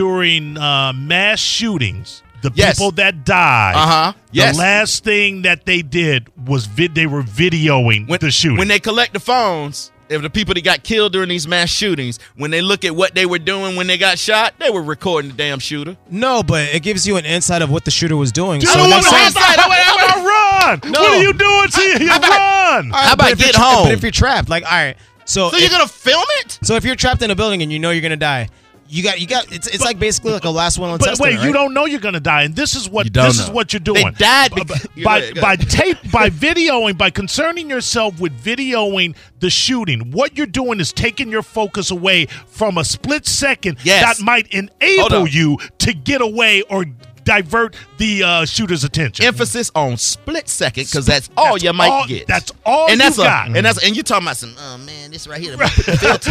during uh, mass shootings, the Yes. people that died, Uh-huh. Yes. the last thing that they did was vid- they were videoing when, the shooting. When they collect the phones of the people that got killed during these mass shootings, when they look at what they were doing when they got shot, they were recording the damn shooter. No, but it gives you an insight of what the shooter was doing. Dude, I so don't in that want no sense- insight. I want- I want- I run. No. What are you doing to you? You run. All right, How but about if you're get tra- home? But if you're trapped, like all right, so So if, you're gonna film it? so if you're trapped in a building and you know you're gonna die, you got you got it's it's like basically like a last will and but testament. wait, you right? don't know you're gonna die, and this is what You don't this is know. what you're They doing. died B- because- b- by Go ahead, go by ahead. tape, by videoing, by concerning yourself with videoing the shooting. What you're doing is taking your focus away from a split second Yes. that might Hold enable on. you to get away or divert the uh, shooter's attention. Emphasis on split second because that's all That's you might all- get. that's all and you that's a- got. Mm-hmm. And that's and you talking about some. Oh man, this right here. The filter.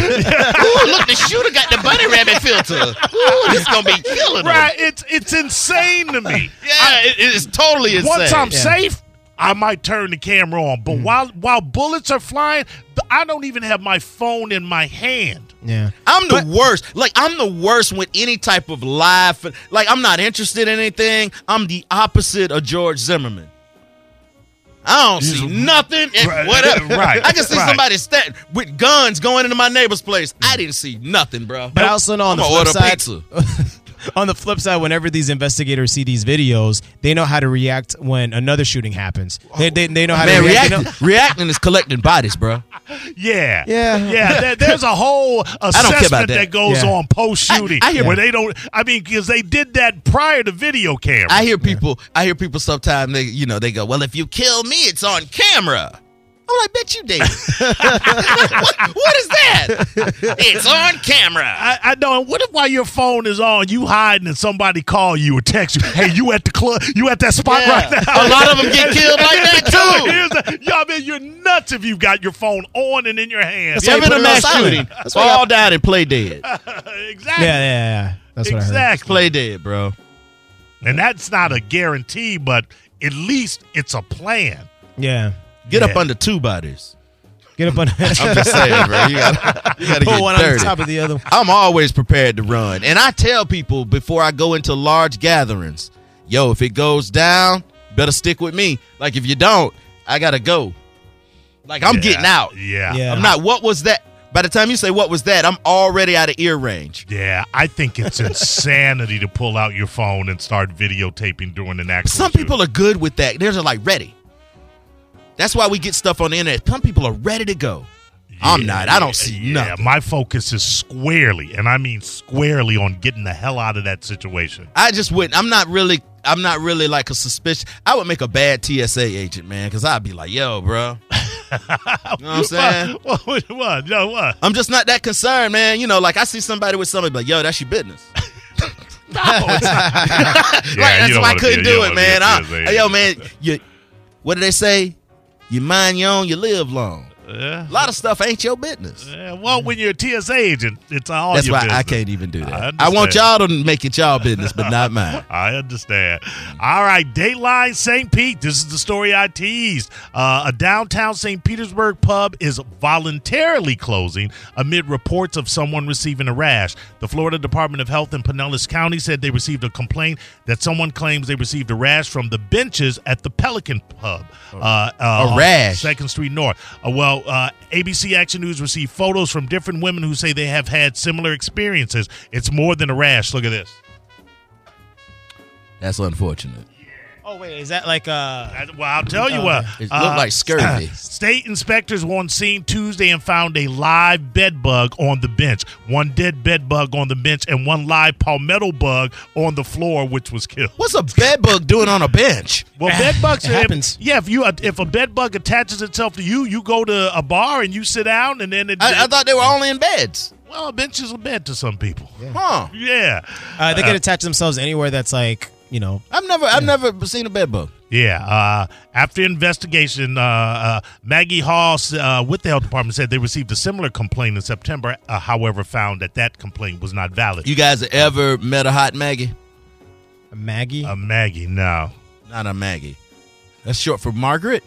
Ooh, look, the shooter got the bunny rabbit filter. Ooh, this gonna be killing 'em. right? It's it's insane to me. Yeah, it, it's totally insane. Mm-hmm. Once I'm Yeah. safe, I might turn the camera on. But while while bullets are flying, th- I don't even have my phone in my hand. Yeah. I'm the worst. Like I'm the worst with any type of live. Like I'm not interested in anything. I'm the opposite of George Zimmerman. I don't see nothing. And Right, whatever. right, I can see right. Mm. somebody stat with guns going into my neighbor's place. I didn't see nothing, bro. But I also know on I'm the gonna flip order side, pizza. on the flip side, whenever these investigators see these videos, they know how to react when another shooting happens. They, they, they know how Man, to react. They reacting, know- reacting is collecting bodies, bro. Yeah, Yeah. yeah. there- there's a whole care assessment about that. that. goes Yeah. on post shooting I- I hear- where they don't. I mean, because they did that prior to video camera. I hear people. I hear people sometimes. They, you know, they go, "Well, if you kill me, it's on camera." I'm like, "Bet you did." What- what is that? It's on camera. I, I know. And what if while your phone is on, you hiding and somebody call you or text you, "Hey, you at the club? You at that spot Yeah. right now?" A lot of 'em get killed like that, too. Here's the- y'all, man, you're nuts if you've got your phone on and in your hand. why You ever in you a put it on mass silent. shooting? That's why you- Fall down and play dead. exactly. yeah, yeah, yeah. That's what I heard. exactly. Play dead, bro. And that's not a guarantee, but at least it's a plan. Yeah. Get up Yeah. under two bodies. Get up on I'm just saying, bro. You gotta, you gotta put get one on the dirty. top of the other. one. I'm always prepared to run. And I tell people before I go into large gatherings, yo, if it goes down, better stick with me. Like if you don't, I gotta go. Like I'm Yeah. getting out. Yeah. Yeah. I'm not what was that? By the time you say what was that, I'm already out of ear range. Yeah, I think it's insanity to pull out your phone and start videotaping during an actual. Some shooting. people are good with that. Theirs are like ready. That's why we get stuff on the internet. Some people are ready to go. I'm Yeah, not. I don't see yeah, nothing. my focus is squarely, and I mean squarely, on getting the hell out of that situation. I just wouldn't. I'm not really. I'm not really like a suspicious. I would make a bad TSA agent, man, because I'd be like, yo, bro. you know what I'm saying? What? What? What? No, what? I'm just not that concerned, man. You know, like I see somebody with somebody, but yo, that's your business. Yeah, right, you that's don't why I wanna be a- couldn't you do don't it, wanna be a man. I, TSA yo, man, agent. you. What do they say? You mind your own, you live long. Yeah. A lot of stuff ain't your business. Yeah, well, when you're a TSA agent, it's all That's your why I business. can't even do I that. I, want y'all understand. to make it y'all business, but not mine. I understand. All right, Dateline St. Pete. This is the story I teased. Uh, a downtown St. Petersburg pub is voluntarily closing amid reports of someone receiving a rash. The Florida Department of Health in Pinellas County said they received a complaint that someone claims they received a rash from the benches at the Pelican Pub. Uh, uh, A on rash. Second Street North. Uh, well, uh, ABC Action News received photos from different women who say they have had similar experiences. It's more than a rash. Look at this. That's unfortunate. Oh wait, is that like uh? I- Well, I'll tell you what. It looked uh, like scurvy. State inspectors were on scene Tuesday and found a live bed bug on the bench. One dead bed bug on the bench and one live palmetto bug on the floor, which was killed. What's a bed bug doing on a bench? Well, bed bugs It are- happens. yeah, if you uh, if a bed bug attaches itself to you, you go to a bar and you sit down, and then it, I, I thought they were only in beds. well, a bench is a bed to some people. Huh? Yeah, uh they can attach themselves anywhere that's like you know. I've never, I've never seen a bed bug. yeah. Uh, after investigation, uh, uh, Maggie Hall uh, with the health department said they received a similar complaint in September. Uh, however, found that that complaint was not valid. You guys ever met a hot Maggie? Maggie, Uh, A Uh, Maggie, no. Not a Maggie. That's short for Margaret.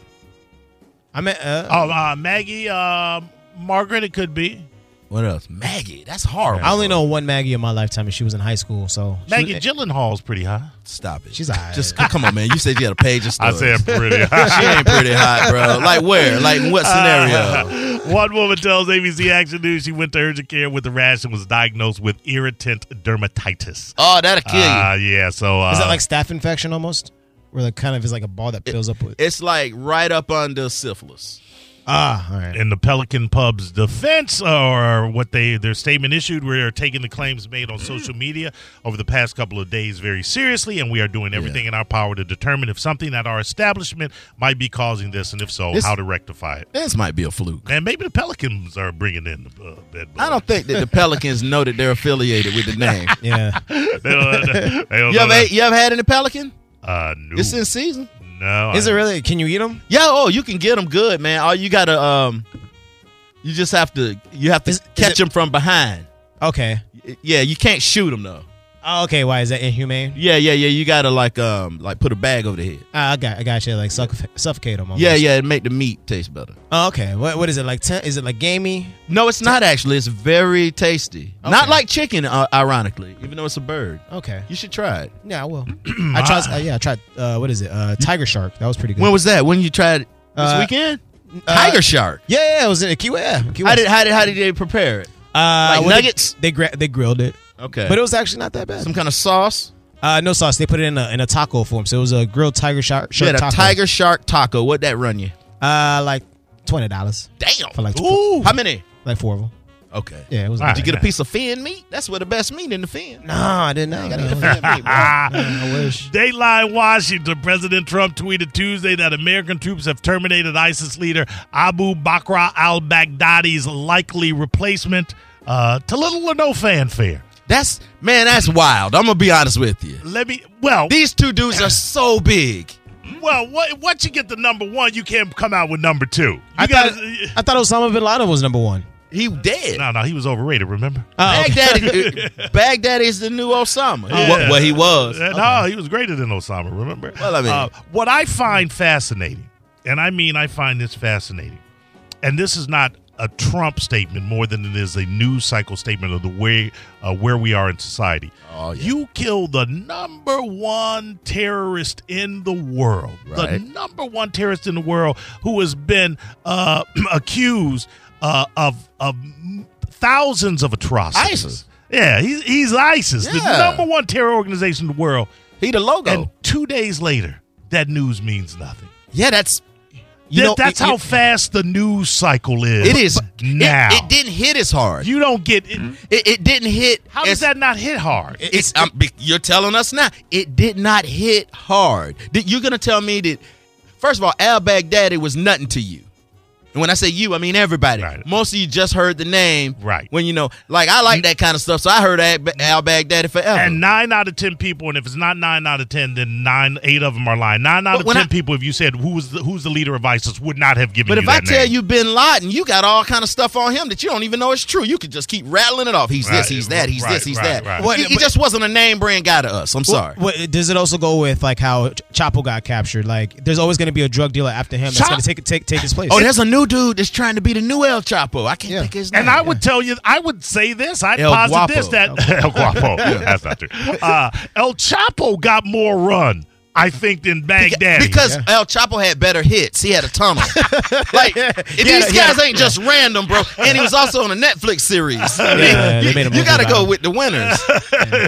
I mean, uh, Oh, uh, Maggie, uh, Margaret, it could be. What else? Maggie. That's horrible. I only know one Maggie in my lifetime, and she was in high school. So she Maggie was- Gyllenhaal's pretty high. Stop it. She's all right. Just come on, man. You said you had a page of I stories. said pretty she high. ain't pretty hot, bro. Like where? Like in what scenario? One woman tells ABC Action News she went to urgent care with a rash and was diagnosed with irritant dermatitis. Oh, that'll kill you. Uh, yeah, so uh, is that like staph infection almost? Where like kind of is like a ball that fills up with It's like right up under syphilis. ah. All right. in the Pelican Pub's defense, or what they their statement issued, we are taking the claims made on social media over the past couple of days very seriously, and we are doing everything in our power to determine if something at our establishment might be causing this, and if so, This- how to rectify it. This might be a fluke. And maybe the Pelicans are bringing in the uh, bed. I don't think that the Pelicans know that they're affiliated with the name. Yeah. They don't, they don't You know ever that. ate- you ever had any pelican? Uh, no. It's in season. no, Is I- it really? Can you eat them? Yeah, oh, you can get them good, man. All you gotta um, you just have to you have to Is- is catch it- them from behind. Okay. Yeah, you can't shoot them though. Oh, okay. Why is that inhumane? Yeah, yeah, yeah. You gotta like um like put a bag over the head. Ah, I got. I got you. Like suff- suffocate them. Almost. Yeah, yeah. It make the meat taste better. Oh, okay. What What is it like? Ten, is it like gamey? No, it's not actually. It's very tasty. Not Okay. like chicken, uh, ironically, even though it's a bird. Okay. You should try it. Yeah, I will. I tried. Uh, yeah, I tried. Uh, what is it? Uh, tiger shark. That was pretty good. When was that? When you tried it? This Uh, weekend? uh, Tiger shark. yeah, yeah, it was in a Kiwi. Yeah, Kiwi. How did how did how did they prepare it? uh, like well, they- nuggets? They, gra- they grilled it, Okay. but it was actually not that bad. some kind of sauce. Uh, no sauce. They put it in a in a taco form, so it was a grilled tiger shark. You shark had a taco. tiger shark taco. What'd that run you? Uh, like twenty dollars Damn. for like four, Ooh. How many? like four of them. Okay. Yeah, it was. All Like, Did you right. get a piece of fin meat? That's where the best meat in the fin. No, I didn't know. Gotta get the No, fin meat, bro. Ah. I wish. Dateline Washington. President Trump tweeted Tuesday that American troops have terminated ISIS leader Abu Bakr al Baghdadi's likely replacement uh, to little or no fanfare. That's man, that's wild. I'm gonna be honest with you. Let me, well, These two dudes are so big. well, what, once you get the number one, you can't come out with number two. You I thought, gotta- uh, I thought Osama bin Laden was number one. He dead. no, no, he was overrated, remember? Uh, Baghdad, Baghdad is the new Osama. Yeah. Well, well, he was. Uh, No, he was greater than Osama, remember? Uh, Well, I mean- what I find fascinating, and I mean I find this fascinating, and this is not a Trump statement more than it is a news cycle statement of the way uh, where we are in society. Oh, yeah. You kill the number one terrorist in the world, the Right. number one terrorist in the world who has been uh, accused uh, of of thousands of atrocities. ISIS. Yeah, he's, he's ISIS, the Yeah. number one terror organization in the world. He the logo. And two days later, that news means nothing. yeah, that's you That- know, that's it- how it- fast the news cycle is. it Mm-hmm. is now. It, it didn't hit as hard. you don't get. It, it, it didn't hit. How does as- that not hit hard? It's, I'm, be- you're telling us now it did not hit hard. Did, you're gonna tell me that? First of all, Al Baghdadi was nothing to you. And when I say you, I mean everybody. Right. Most of you just heard the name. Right. When you know, like I like that kind of stuff, so I heard Al Ba- Al Baghdadi forever. and nine out of ten people, and if it's not nine out of ten, then nine, eight of them are lying. Nine out But of when ten I- people, if you said who was the, who's the leader of ISIS, would not have given. But if you I that tell name. you Bin Laden, you got all kind of stuff on him that you don't even know is true. You could just keep rattling it off. He's Right, this, he's that, he's right, this, he's right, that. right. What- he, he but- just wasn't a name brand guy to us. I'm sorry. What, does it also go with like how Ch- Chapo got captured? Like, there's always going to be a drug dealer after him Chop- that's going to take take take his place. oh, there's a new dude that's trying to be the new El Chapo. I can't Yeah. think of his name. And I would tell you, I would say this. I'd El posit Guapo. this that El Guapo. That's not true. Uh, El Chapo got more run, I think, than Baghdad. Because El Chapo had better hits. He had a tunnel. like, these yeah. guys ain't just random, bro. And he was also on a Netflix series. I mean, Yeah, they you made him you look got to good go on it. with the winners.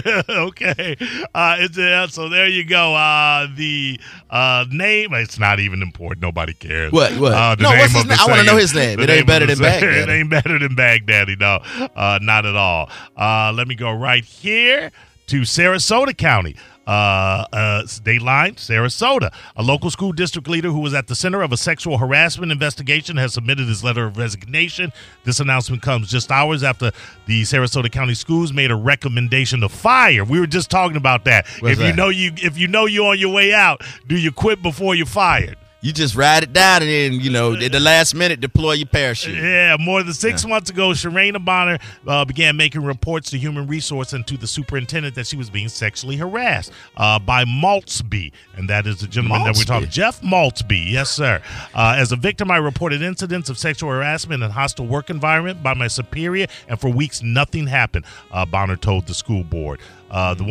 okay. Uh, it's, uh, so there you go. Uh, the uh, name, it's not even important. Nobody cares. What, what? Uh, the No, name what's his of the na- I wanna singer. know his name. The It ain't of better the than singer. It Baghdaddy. ain't better than Baghdaddy, no. Uh, not at all. Uh, let me go right here to Sarasota County. Uh, uh, Dateline, Sarasota. A local school district leader who was at the center of a sexual harassment investigation has submitted his letter of resignation. This announcement comes just hours after the Sarasota County Schools made a recommendation to fire. We were just talking about that. What's if you that? know you, if you know you're on your way out, do you quit before you're fired? You just ride it down and then, you know, at the last minute, deploy your parachute. Yeah, more than six months ago, Shirena Bonner uh, began making reports to Human Resource and to the superintendent that she was being sexually harassed uh, by Maltsby, and that is the gentleman that we're talking. Maltsby? Jeff Maltsby, yes sir. Uh, as a victim, I reported incidents of sexual harassment and hostile work environment by my superior, and for weeks nothing happened. Uh, Bonner told the school board. Uh, the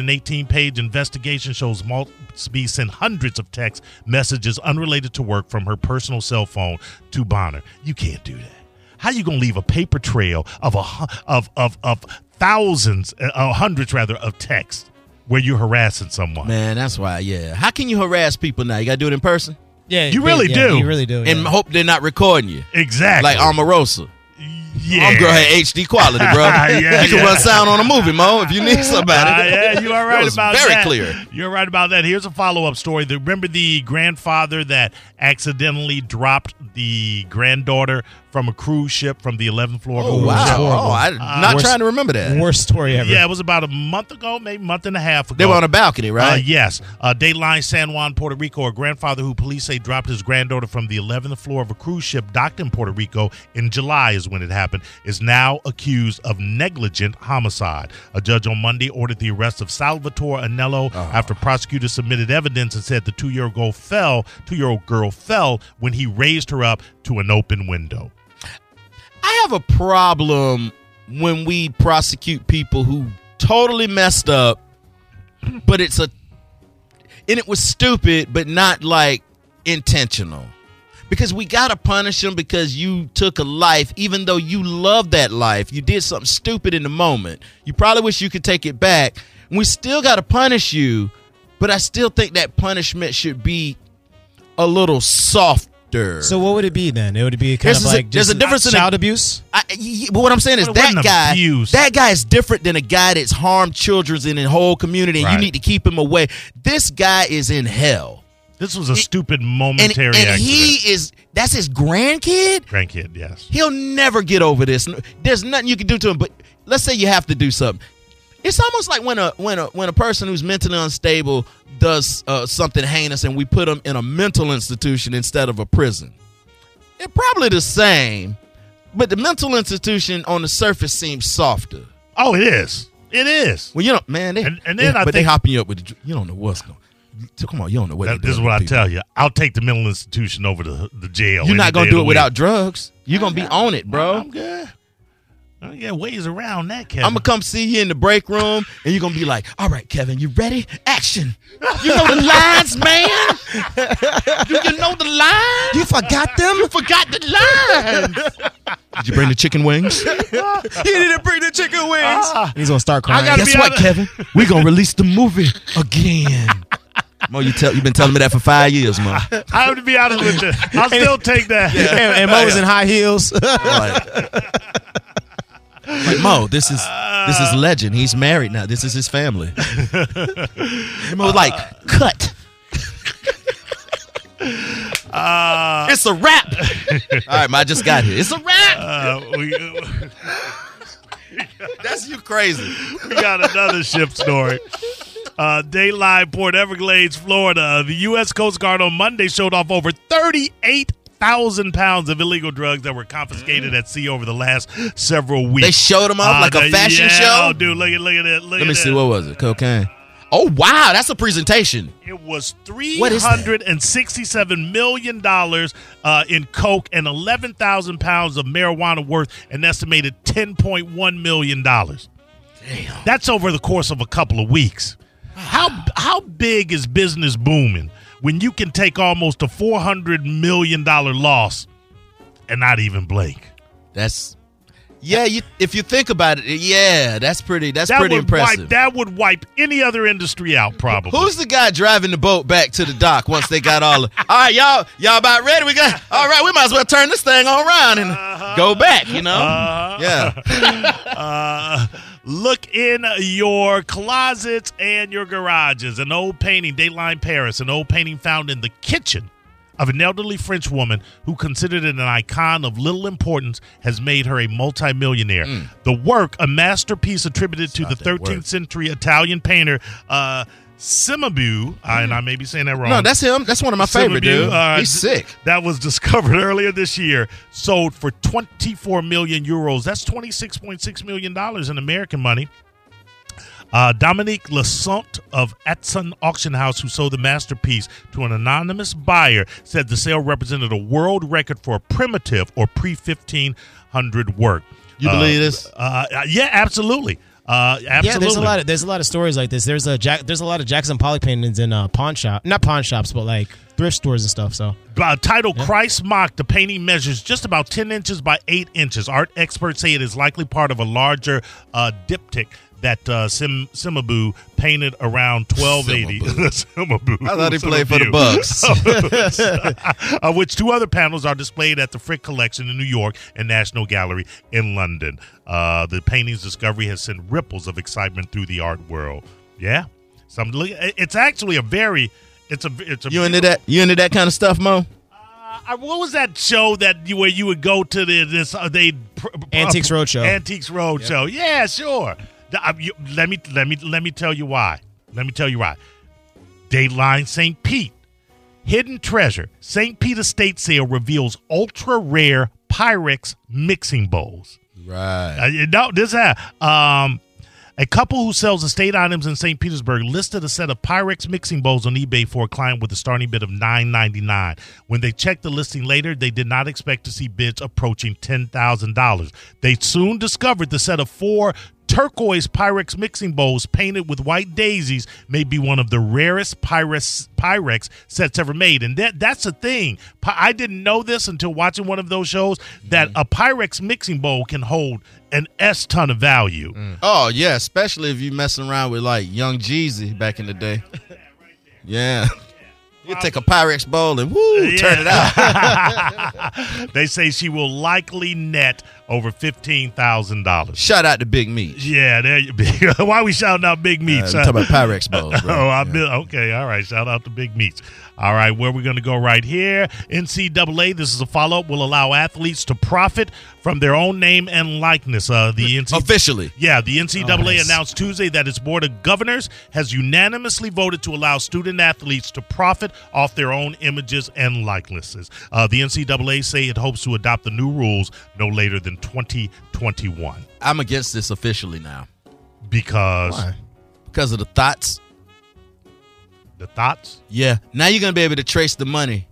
118-page investigation shows Maltsby sent hundreds of text messages unrelated to work from her personal cell phone to Bonner. You can't do that. How you gonna leave a paper trail of a hu- of of of thousands, uh, uh, hundreds rather, of texts where you're harassing someone? Man, that's why, yeah. How can you harass people now? You got to do it in person Yeah, You really yeah, do. You really do. and yeah. hope they're not recording you. Exactly. Like um, Omarosa. yeah. Arm girl had HD quality, bro. Yeah, you can yeah. run sound on a movie, Mo, if you need somebody. Ah, yeah, you are right That was about very that. clear. You're right about that. Here's a follow up story. The- Remember the grandfather that accidentally dropped the granddaughter from a cruise ship from the 11th floor of a Oh, cruise wow. ship? Oh, I'm not worst- trying to remember that. Worst story ever. Yeah, it was about a month ago, maybe month and a half ago. They were on a balcony, Uh, right? yes. Uh, Dateline San Juan, Puerto Rico. A grandfather who police say dropped his granddaughter from the 11th floor of a cruise ship docked in Puerto Rico in July is when it happened, is now accused of negligent homicide. A judge on Monday ordered the arrest of Salvatore Anello Ah. after prosecutors submitted evidence and said the two-year-old girl fell, two-year-old girl fell when he raised her up to an open window. I have a problem when we prosecute people who totally messed up, but it's a and it was stupid, but not like intentional. Because we gotta punish them because you took a life, even though you love that life. You did something stupid in the moment. You probably wish you could take it back. We still gotta punish you, but I still think that punishment should be a little softer. So what would it be then? It would be kind There's of a- like there's just a difference in child abuse. I, y- y- but what I'm saying is But it that wasn't guy, abuse. that guy is different than a guy that's harmed children in the whole community. And Right. you need to keep him away. This guy is in hell, This was a stupid and, momentary and accident. he is. That's his grandkid. Grandkid, yes. He'll never get over this. There's nothing you can do to him. But let's say you have to do something. It's almost like when a when a when a person who's mentally unstable does uh, something heinous, and we put them in a mental institution instead of a prison. They're probably the same, but the mental institution on the surface seems softer. Oh, it is. It is. Well, you don't, man. They, And- and then they- I but they think- hopping you up with the, dr- you don't know what's going. So come on, you don't know what. That- this they're is doing what I to people. tell you. I'll take the mental institution over the the jail. You're any not gonna day of the do it week. without drugs. You're gonna be on it, bro. I'm good. I got ways around that, Kevin. I'm gonna come see you in the break room, and you're gonna be like, "All right, Kevin, you ready? Action! You know the lines, man. Do you know the lines? You forgot them. You forgot the lines. Did you bring the chicken wings? He didn't bring the chicken wings. Ah. He's gonna start crying. gotta Guess be what, honest- Kevin? We gonna release the movie again. Mo, you tell you've been telling me that for five years, Mo. I have to be honest with you. I'll still take that. and, and Mo was in high heels. like, like, Mo, this is this is legend. He's married now. This is his family. And Mo was like, cut. Uh, It's a wrap. All right, Ma, I just got here. It's a wrap. uh, we, we That's you crazy. got another ship story. Uh, Daylight, Port Everglades, Florida. The U.S. Coast Guard on Monday showed off over 38,000 pounds of illegal drugs that were confiscated at sea over the last several weeks. Mm. They showed him off Uh, like a the- fashion yeah, show. Oh, dude, look at look at it. Look Let at me see that. what was it? Cocaine. Oh wow, that's a presentation. It was What is that? $367 million dollars, uh, in coke and 11,000 pounds of marijuana worth an estimated $10.1 million. dollars. That's over the course of a couple of weeks. How, how big is business booming when you can take almost a $400 million dollar loss and not even blink? That's yeah. You, if you think about it, yeah, that's pretty. That's That pretty would impressive. Wipe, that would wipe any other industry out, probably. Who's the guy driving the boat back to the dock once they got all? all right, y'all, y'all about ready? We got all right. We might as well turn this thing on around and go back. You know? Uh-huh. yeah. Uh, look in your closets and your garages. An old painting, Dateline Paris, an old painting found in the kitchen of an elderly French woman who considered it an icon of little importance has made her a multimillionaire. The work, a masterpiece attributed to the Mm. that word. 13th century Italian painter uh, Simabu, I and I may be saying that wrong. No, that's him. That's one of my favorite, Simabu, dude. uh, He's sick. That was discovered earlier this year, sold for 24 million euros. That's 26.6 million dollars in American money. Uh, Dominique Lassant of Atson Auction House, who sold the masterpiece to an anonymous buyer, said the sale represented a world record for a primitive or pre 1500 work. You believe this? Uh, uh, yeah, absolutely. Uh, absolutely. Yeah, there's a lot of there's a lot of stories like this. There's a Jack, there's a lot of Jackson Pollock paintings in uh, pawn shop, not pawn shops, but like thrift stores and stuff. So uh, titled Christ Mock, the painting measures just about 10 inches by 8 inches. Art experts say it is likely part of a larger uh, diptych that uh, Sim- Simabu painted around 1280. Simabu. I thought he played for the Simabu. Bucks. Oh. of Uh, which two other panels are displayed at the Frick Collection in New York and National Gallery in London. Uh, the painting's discovery has sent ripples of excitement through the art world. Yeah, something. to look- It's actually a very. It's a. It's a. you into that? You into that kind of stuff, Mo? I, what was that show that you where you would go to the this uh, they pr- pr- Antiques uh, Roadshow. Antiques Roadshow. Yeah, sure. The- uh, you- let me let me let me tell you why. Let me tell you why. Dateline St. Pete. Hidden treasure. St. Pete estate sale reveals ultra rare Pyrex mixing bowls. Right. Uh, you know, this ha- um, a couple who sells estate items in St. Petersburg listed a set of Pyrex mixing bowls on eBay for a client with a starting bid of nine ninety nine. When they checked the listing later, they did not expect to see bids approaching ten thousand dollars. They soon discovered the set of four turquoise Pyrex mixing bowls painted with white daisies may be one of the rarest Pyrex Pyrex sets ever made. And that that's the thing. Py- I didn't know this until watching one of those shows that Mm-hmm. a Pyrex mixing bowl can hold an S ton of value. Oh yeah, especially if you messing around with like Young Jeezy back in the day. Yeah. You take a Pyrex bowl and woo, turn it out. They say she will likely net over fifteen thousand dollars. Shout out to Big Meat. Yeah, there you Why we shouting out big Uh, we meats? huh? talking about Pyrex bowls, bro. Oh, I Yeah. been okay. All right. Shout out to Big Meats. All right, where we going to go right here? NCAA. This is a follow up. Will allow athletes to profit from their own name and likeness. Uh, the NCAA. Officially. Yeah, the NCAA Oh, nice. announced Tuesday that its board of governors has unanimously voted to allow student athletes to profit off their own images and likenesses. Uh, the NCAA say it hopes to adopt the new rules no later than 2021 I'm against this officially now. because Why? Because of the thoughts. the thoughts. Yeah. Now you're going to be able to trace the money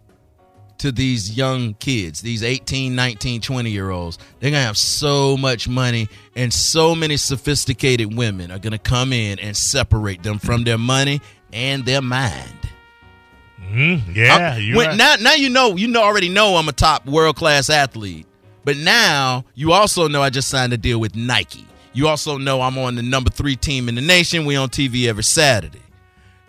to these young kids, these 18, 19, 20 year olds. They're going to have so much money, and so many sophisticated women are going to come in and separate them from their money and their mind. Mm, yeah, I'm- you're when- right. now, now you know, you know, already know I'm a top world class athlete. But now you also know I just signed a deal with Nike. You also know I'm on the number three team in the nation. We on TV every Saturday.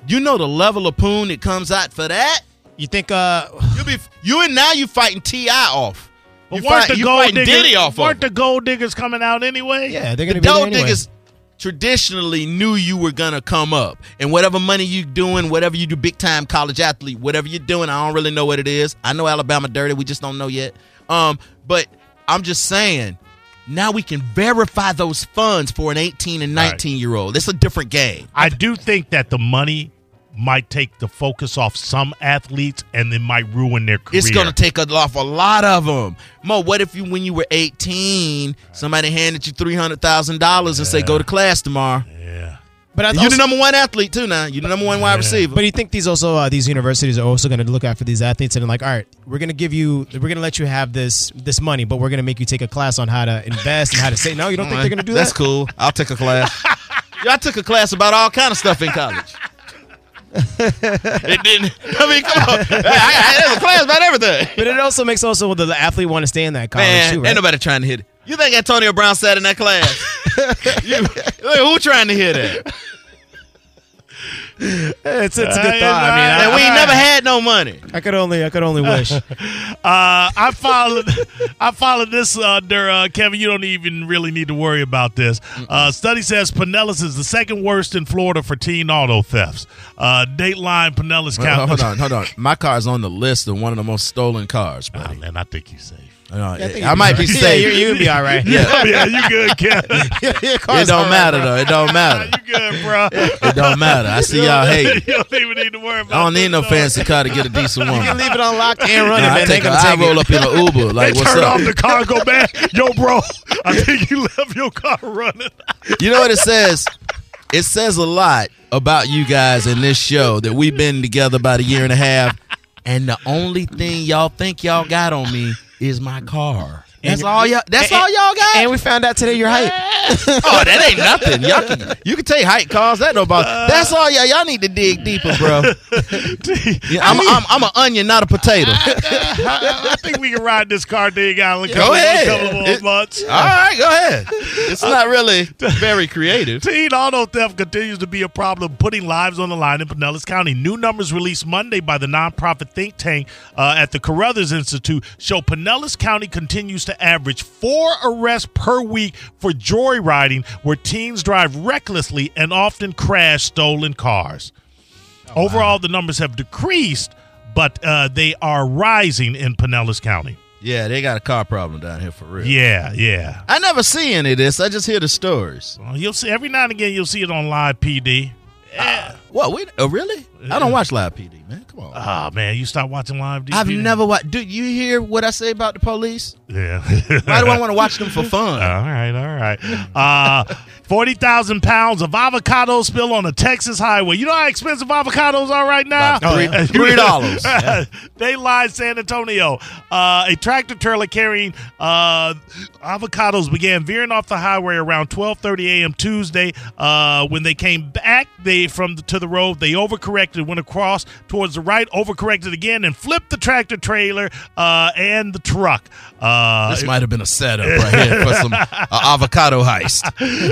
You know the level of poon that comes out for that. you think uh, You be you and now you fighting Ti off. You, But weren't fight- the you gold fighting diggers, Diddy off weren't of the it. gold diggers coming out anyway? yeah, they're The, gonna be there gold anyway. diggers traditionally knew you were gonna come up, and whatever money you doing, whatever you do, big time college athlete, whatever you're doing, I don't really know what it is. I know Alabama dirty, we just don't know yet. Um, but I'm just saying. Now we can verify those funds for an 18 and Right. 19 year old. It's a different game. I do think that the money might take the focus off some athletes and it might ruin their career. It's gonna take an awful lot of them. Mo, what if you when you were eighteen, somebody handed you three hundred thousand dollars and say go to class tomorrow? yeah. but I You're also, the number one athlete too now. You're the number one wide receiver. But you think these also uh, these universities are also going to look after these athletes and like, all right, we're going to give you, we're going to let you have this this money, but we're going to make you take a class on how to invest and how to say. No, you don't think they're going to do That's that? cool. I'll take a class. yeah, I took a class about all kind of stuff in college. it didn't. I mean, come on. I, I, I had a class about everything. But it also makes also the athlete want to stay in that college Man, too, Oh, right? ain't nobody trying to hit it. You think Antonio Brown sat in that class? you, who trying to hear that? it's, it's a Uh, good thought. I mean, I- And we ain't never had no money. I could only I could only wish. Uh, I followed. I followed this under uh, Kevin. You don't even really need to worry about this. Uh, study says Pinellas is the second worst in Florida for teen auto thefts. Uh, Dateline Pinellas Hold- County. hold on, hold on. My car's on the list of one of the most stolen cars, buddy. Oh, man, I think you're safe. Uh, I think I might be Yeah, safe. you- you would be all right. Yeah. yeah, you good, Ken. it It don't matter though. It don't matter. you good, bro. It don't matter. I see y'all hating. you don't even need to worry about Uh, I don't need this, no dog. fancy car to get a decent woman. Leave it unlocked and run it, Nah, I man. They take a, gonna I take it. roll up in an Uber. They Like, what's turned up? off the Congo man. Yo, bro, I think you left your car running. You know what it says? It says a lot about you guys in this show that we've been together about a year and a half, and the only thing y'all think y'all got on me is my car. That's all y'all. That's all y'all got. And we found out today you're hype. oh, that ain't nothing. Y'all can, you can take height cars. That no bother. That's all y'all. Y'all need to dig deeper, bro. Yeah, I'm, I'm, I'm an onion, not a potato. I think we can ride this car thing out in a Go couple, ahead. couple more It- months. All right, go ahead. It's Uh, not really very creative. Teen auto theft continues to be a problem, putting lives on the line in Pinellas County. New numbers released Monday by the nonprofit think tank uh, at the Carruthers Institute show Pinellas County continues to average four arrests per week for joyriding, where teens drive recklessly and often crash stolen cars. Oh, Overall, the numbers have decreased, but uh, they are rising in Pinellas County. Yeah, they got a car problem down here for real. Yeah, yeah. I never see any of this. I just hear the stories. Well, you'll see every now and again. You'll see it on live PD. What? Wait, oh, really? I don't watch live PD, man. Come on. Oh man, you stop watching live. Uh, I've DPD? never watched. Do you hear what I say about the police? Yeah. Why do I want to watch them for fun? all right, all right. Uh, Forty thousand pounds of avocado spill on a Texas highway. You know how expensive avocados are right now. Oh, About three- three dollars. Daylight, San Antonio. Uh, a tractor trailer carrying uh, avocados began veering off the highway around 12:30 a.m. Tuesday. Uh, when they came back, they from the, to the road, they overcorrected, went across towards the right, overcorrected again, and flipped the tractor trailer uh, and the truck. Uh, this might have been a setup right here for some uh, avocado heist.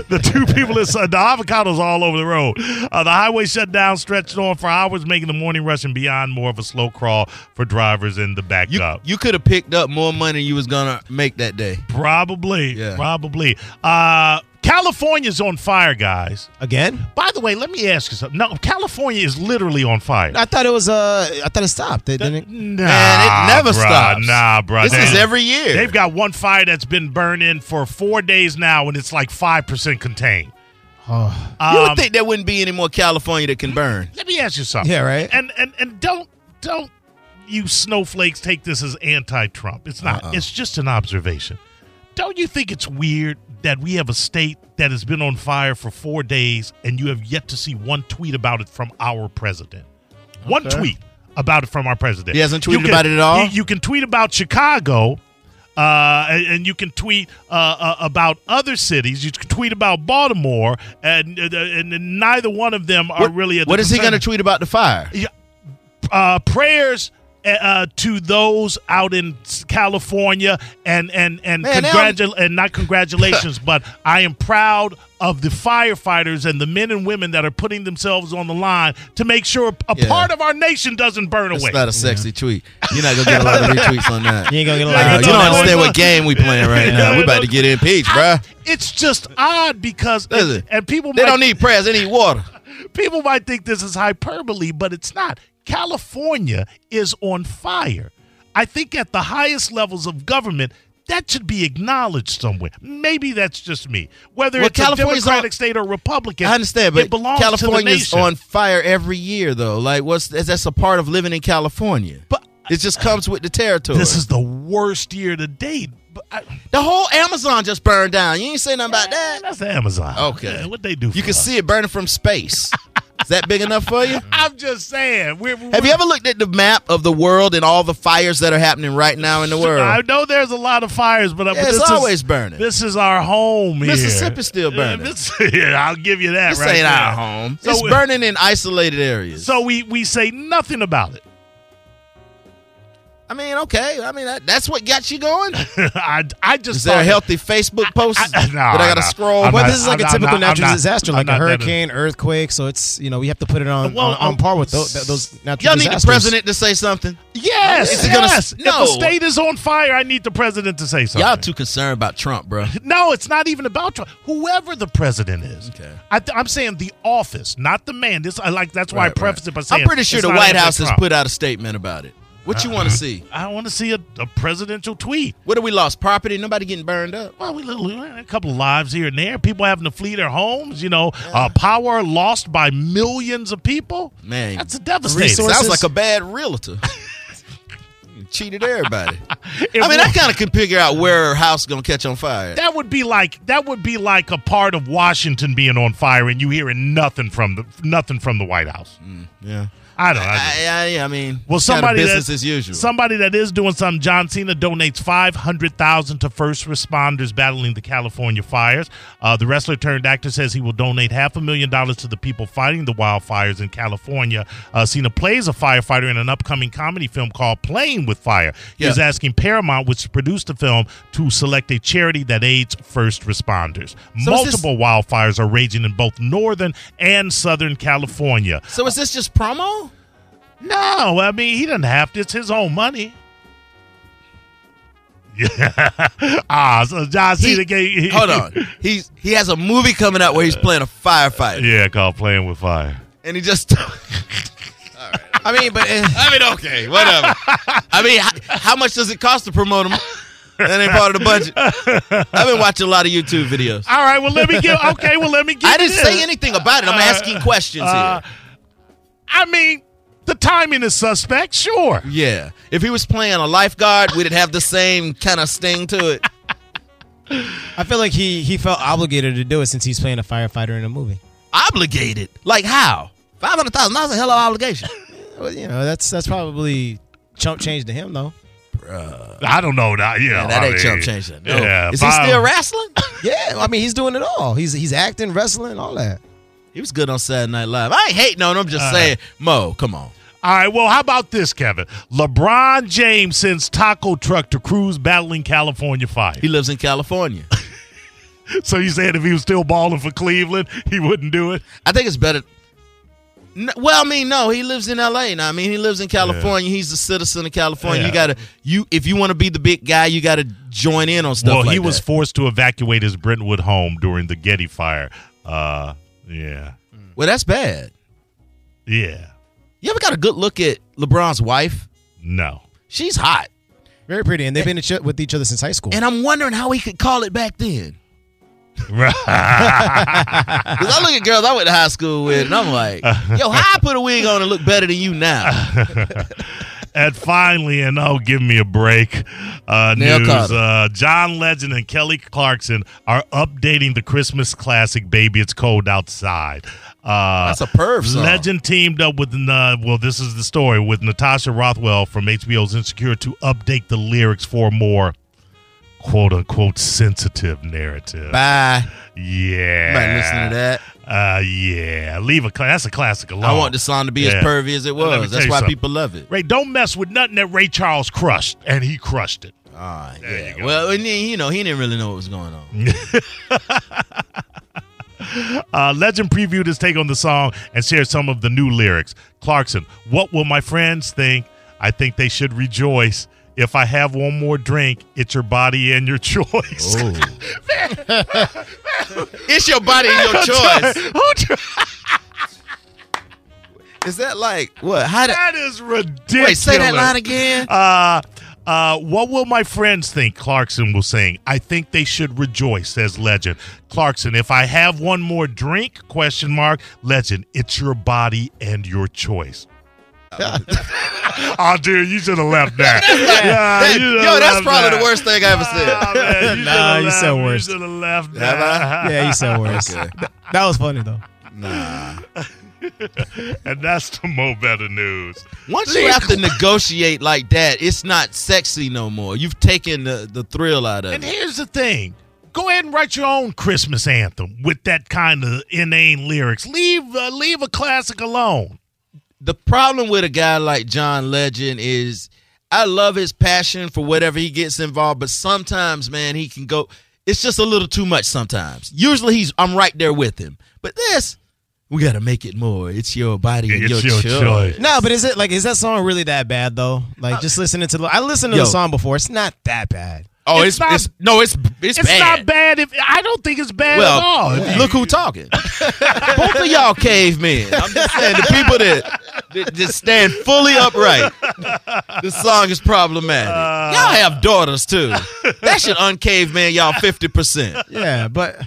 the two people inside the avocados all over the road. Uh, the highway shut down, stretched on for hours, making the morning rush and beyond more of a slow crawl for drivers in the You backup. you could have picked up more money you was gonna make that day. probably, Yeah. probably. Uh, California's on fire, guys. Again? By the way, let me ask you something. No, California is literally on fire. I thought it was uh I thought it stopped. They didn't Nah, Man, it never bruh, stops. Nah, bro. this is every year. They've got one fire that's been burning for four days now, and it's like five percent contained. Oh. you Um, would think there wouldn't be any more California that can burn. Let me ask you something. Yeah, right. And and and don't don't you snowflakes take this as anti-Trump. It's Uh-uh. not. It's just an observation. Don't you think it's weird that we have a state that has been on fire for 4 days and you have yet to see one tweet about it from our president? One tweet about it from our president. He hasn't You tweeted about it at all? You, you can tweet about Chicago uh, and, and you can tweet uh, uh, about other cities. You can tweet about Baltimore, and, uh, and, and neither one of them are What- really. At the what is he concern- gonna tweet about the fire? yeah, uh, prayers uh, uh, to those out in s- California, and and and Man, they congratu- and not congratulations, but I am proud of the firefighters and the men and women that are putting themselves on the line to make sure a Yeah. part of our nation doesn't burn That's away. not a sexy tweet. You're not gonna get a lot of retweets on that. You ain't gonna get a Yeah, lot Nah, of Uh, no, you don't no, understand no. what game we playing right now. We about to get impeached, bruh. it's just odd because Listen, and people They might, don't need prayers. They need water. people might think this is hyperbole, but it's not. California is on fire. I think at the highest levels of government, that should be acknowledged somewhere. Maybe that's just me. Whether Well, it's California's a Democratic on- state or Republican, I understand, it but belongs California's to the nation. on fire every year, though. Like, what's that's a part of living in California. But- it just comes with the territory. This is the worst year to date. But I, the whole Amazon just burned down. You ain't say nothing about that. that's Amazon. Okay. what they do? You for can us. see it burning from space. is that big enough for you? I'm just saying. We're, Have you ever looked at the map of the world and all the fires that are happening right now in the world? I know there's a lot of fires, but, uh, but Yeah, it's this is- always burning. This is our home here. Mississippi's still Yeah, burning. Miss- yeah, I'll give you that. this right ain't there. our home. So it's we- burning in isolated areas. So we we say nothing about it. I mean, okay. I mean, that, that's what got you going. I I just Is there a thought- healthy Facebook post I- no, that I got no. to scroll? I'm but not- this is like I'm a not- typical I'm not- natural I'm disaster, not- like a I'm not that hurricane, earthquake. So it's you know we have to put it on Well, on, on um, par with those, those natural Y'all need disasters. the president to say something. Yes, Is it gonna- yes. If the No. state is on fire, I need the president to say something. Y'all too concerned about Trump, bro. no, it's not even about Trump. Whoever the president is, Okay. I th- I'm saying the office, not the man. This I like. That's why I prefaced it by saying I'm pretty sure it's the not Uh-huh. White anti-Trump. House has put out a statement about it. What you want to see? I want to see a, a presidential tweet. What have we lost? Property? Nobody getting burned up. Well, we li- we had a couple of lives here and there. People having to flee their homes. You know, uh, power lost by millions of people. Man. that's a devastating. Resource- Sounds Sources? like a bad realtor. Cheated everybody. It I mean, I was- kind of can figure out where her house gonna catch on fire. that would be like that would be like a part of Washington being on fire and you hearing nothing from the nothing from the White House. yeah. I don't. know. I just- I, I, I mean, well, it's kinda somebody business that, as usual. Somebody that is doing something. John Cena donates five hundred thousand to first responders battling the California fires. Uh, the wrestler turned actor says he will donate half a million dollars to the people fighting the wildfires in California. Uh, Cena plays a firefighter in an upcoming comedy film called "Playing with Fire." He Yeah. is asking Paramount, which produced the film, to select a charity that aids first responders. So is this- Multiple wildfires are raging in both northern and southern California. so is this just promo? No, I mean he doesn't have to. It's his own money. Yeah. ah, so John Cena gave. he- Hold on. He's he has a movie coming out where he's playing a firefighter, yeah, called playing with fire. and he just. All right. I mean, but eh. I mean, okay, whatever. I mean, how, how much does it cost to promote him? That ain't part of the budget. I've been watching a lot of YouTube videos. All right, well let me give. Okay, well let me give. I you didn't say this. anything about it. I'm asking questions Uh, I mean, the timing is suspect. Sure. here. Yeah. If he was playing a lifeguard, we'd have the same kind of sting to it. I feel like he he felt obligated to do it since he's playing a firefighter in a movie. Obligated. Like how? Five hundred thousand dollars a hell of an obligation. Well, you You know, know, that's that's probably chump change to him though. I don't know. That, yeah, Oh, that I ain't mean, chump change. No. Yeah, Is he five- still wrestling? Yeah, I mean he's doing it all. He's he's acting, wrestling, all that. he was good on Saturday Night Live. I ain't hating on him. I'm just Uh-huh. saying, Mo, come on. All right, well, how about this, Kevin? LeBron James sends taco truck to crews battling California fire. He lives in California. So you said if he was still balling for Cleveland, he wouldn't do it? I think it's better. N- Well, I mean, no, he lives in L.A. Now, I mean, he lives in California. He's a citizen of California. Yeah. You gotta, you if you want to be the big guy, you gotta join in on stuff. well, like he was that. forced to evacuate his Brentwood home during the Getty fire. Uh, yeah, Well, that's bad. yeah, You ever got a good look at LeBron's wife? no, She's hot, Very pretty, and they've been each- with each other since high school. and I'm wondering how he could call it back then. Because I look at girls I went to high school with, and I'm like, yo, how I put a wig on and look better than you now? and finally, and oh, give me a break. Uh, Nail news: Carter. uh, John Legend and Kelly Clarkson are updating the Christmas classic "Baby It's Cold Outside." Uh, That's a perv song. Legend teamed up with uh, well, this is the story with Natasha Rothwell from HBO's Insecure to update the lyrics for a more "quote unquote" sensitive narrative. Bye. Yeah. Everybody listen to that. Uh, yeah. Leave a. Cl- that's a classic alone. I want the song to be Oh, Yeah. as pervy as it Let me was. tell That's you why something. people love it. Ray, don't mess with nothing that Ray Charles crushed, and he crushed it. Ah, There you yeah. go. Well, and then, you know, he didn't really know what was going on. Uh, Legend previewed his take on the song and shared some of the new lyrics. Clarkson, what will my friends think? I think they should rejoice. If I have one more drink, it's your body and your choice. Oh. it's your body and your choice. Who dri- Is that like what? How did? that is ridiculous. Wait, say that line again. Uh, uh, what will my friends think? Clarkson will sing. I think they should rejoice, says Legend. Clarkson, if I have one more drink? Question mark. Legend, it's your body and your choice. oh, dude, you should have left that. Yeah, That- Uh, you should've yo, that's left probably that. the worst thing I ever Ah, said. man, you Nah, should've you said left- worst. You should have left Have that. yeah, he said worse. That was funny though. And that's the Mo Better News. Once you have to negotiate like that, it's not sexy no more. You've taken the, the thrill out of And it. here's the thing. Go ahead and write your own Christmas anthem with that kind of inane lyrics. Leave uh, leave a classic alone. The problem with a guy like John Legend is I love his passion for whatever he gets involved, but sometimes, man, he can go it's just a little too much sometimes. Usually he's I'm right there with him. But this, we gotta make it more. It's your body and It's your, your choice. choice. No, but is it like is that song really that bad though? Uh, Like just listening to the I listened to Yo. the song before. It's not that bad. Oh, It's it's, not- it's no, it's it's, It's bad. not bad if I don't think it's bad at all. Well, look who talking. Both of y'all cavemen. I'm just saying the people that that just stand fully upright. This song is problematic. Uh. y'all have daughters too. That should uncave man y'all fifty percent. yeah, but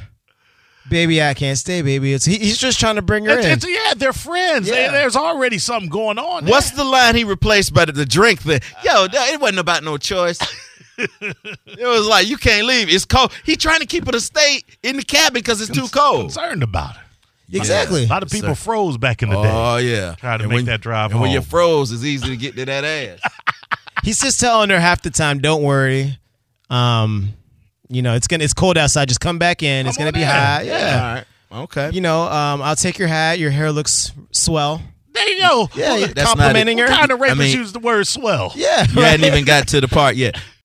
baby, I can't stay, baby. It's, he, he's just trying to bring her It's, in. it's- yeah, they're friends. They- Yeah. there's already something going on. there. What's the line he replaced by the, the drink thing? Yo, that- it wasn't about no choice. it was like you can't leave. It's cold. He trying to keep her to stay in the cabin because it's too cold. concerned about it? exactly. A lot of people Sir. froze back in the day. Oh yeah. Try to And make that drive And when home. you're froze, it's easy to get to that ass. He's just telling her half the time, "Don't worry, um, you know it's gonna it's cold outside. Just come back in. it's Come gonna on be in. hot. Yeah, All right. Okay. you know, um, I'll take your hat. Your hair looks swell. There you go. Yeah, Well, you're that's not it. complimenting her. Kind of I rapist mean- used the word swell. yeah, You hadn't even got to the part yet.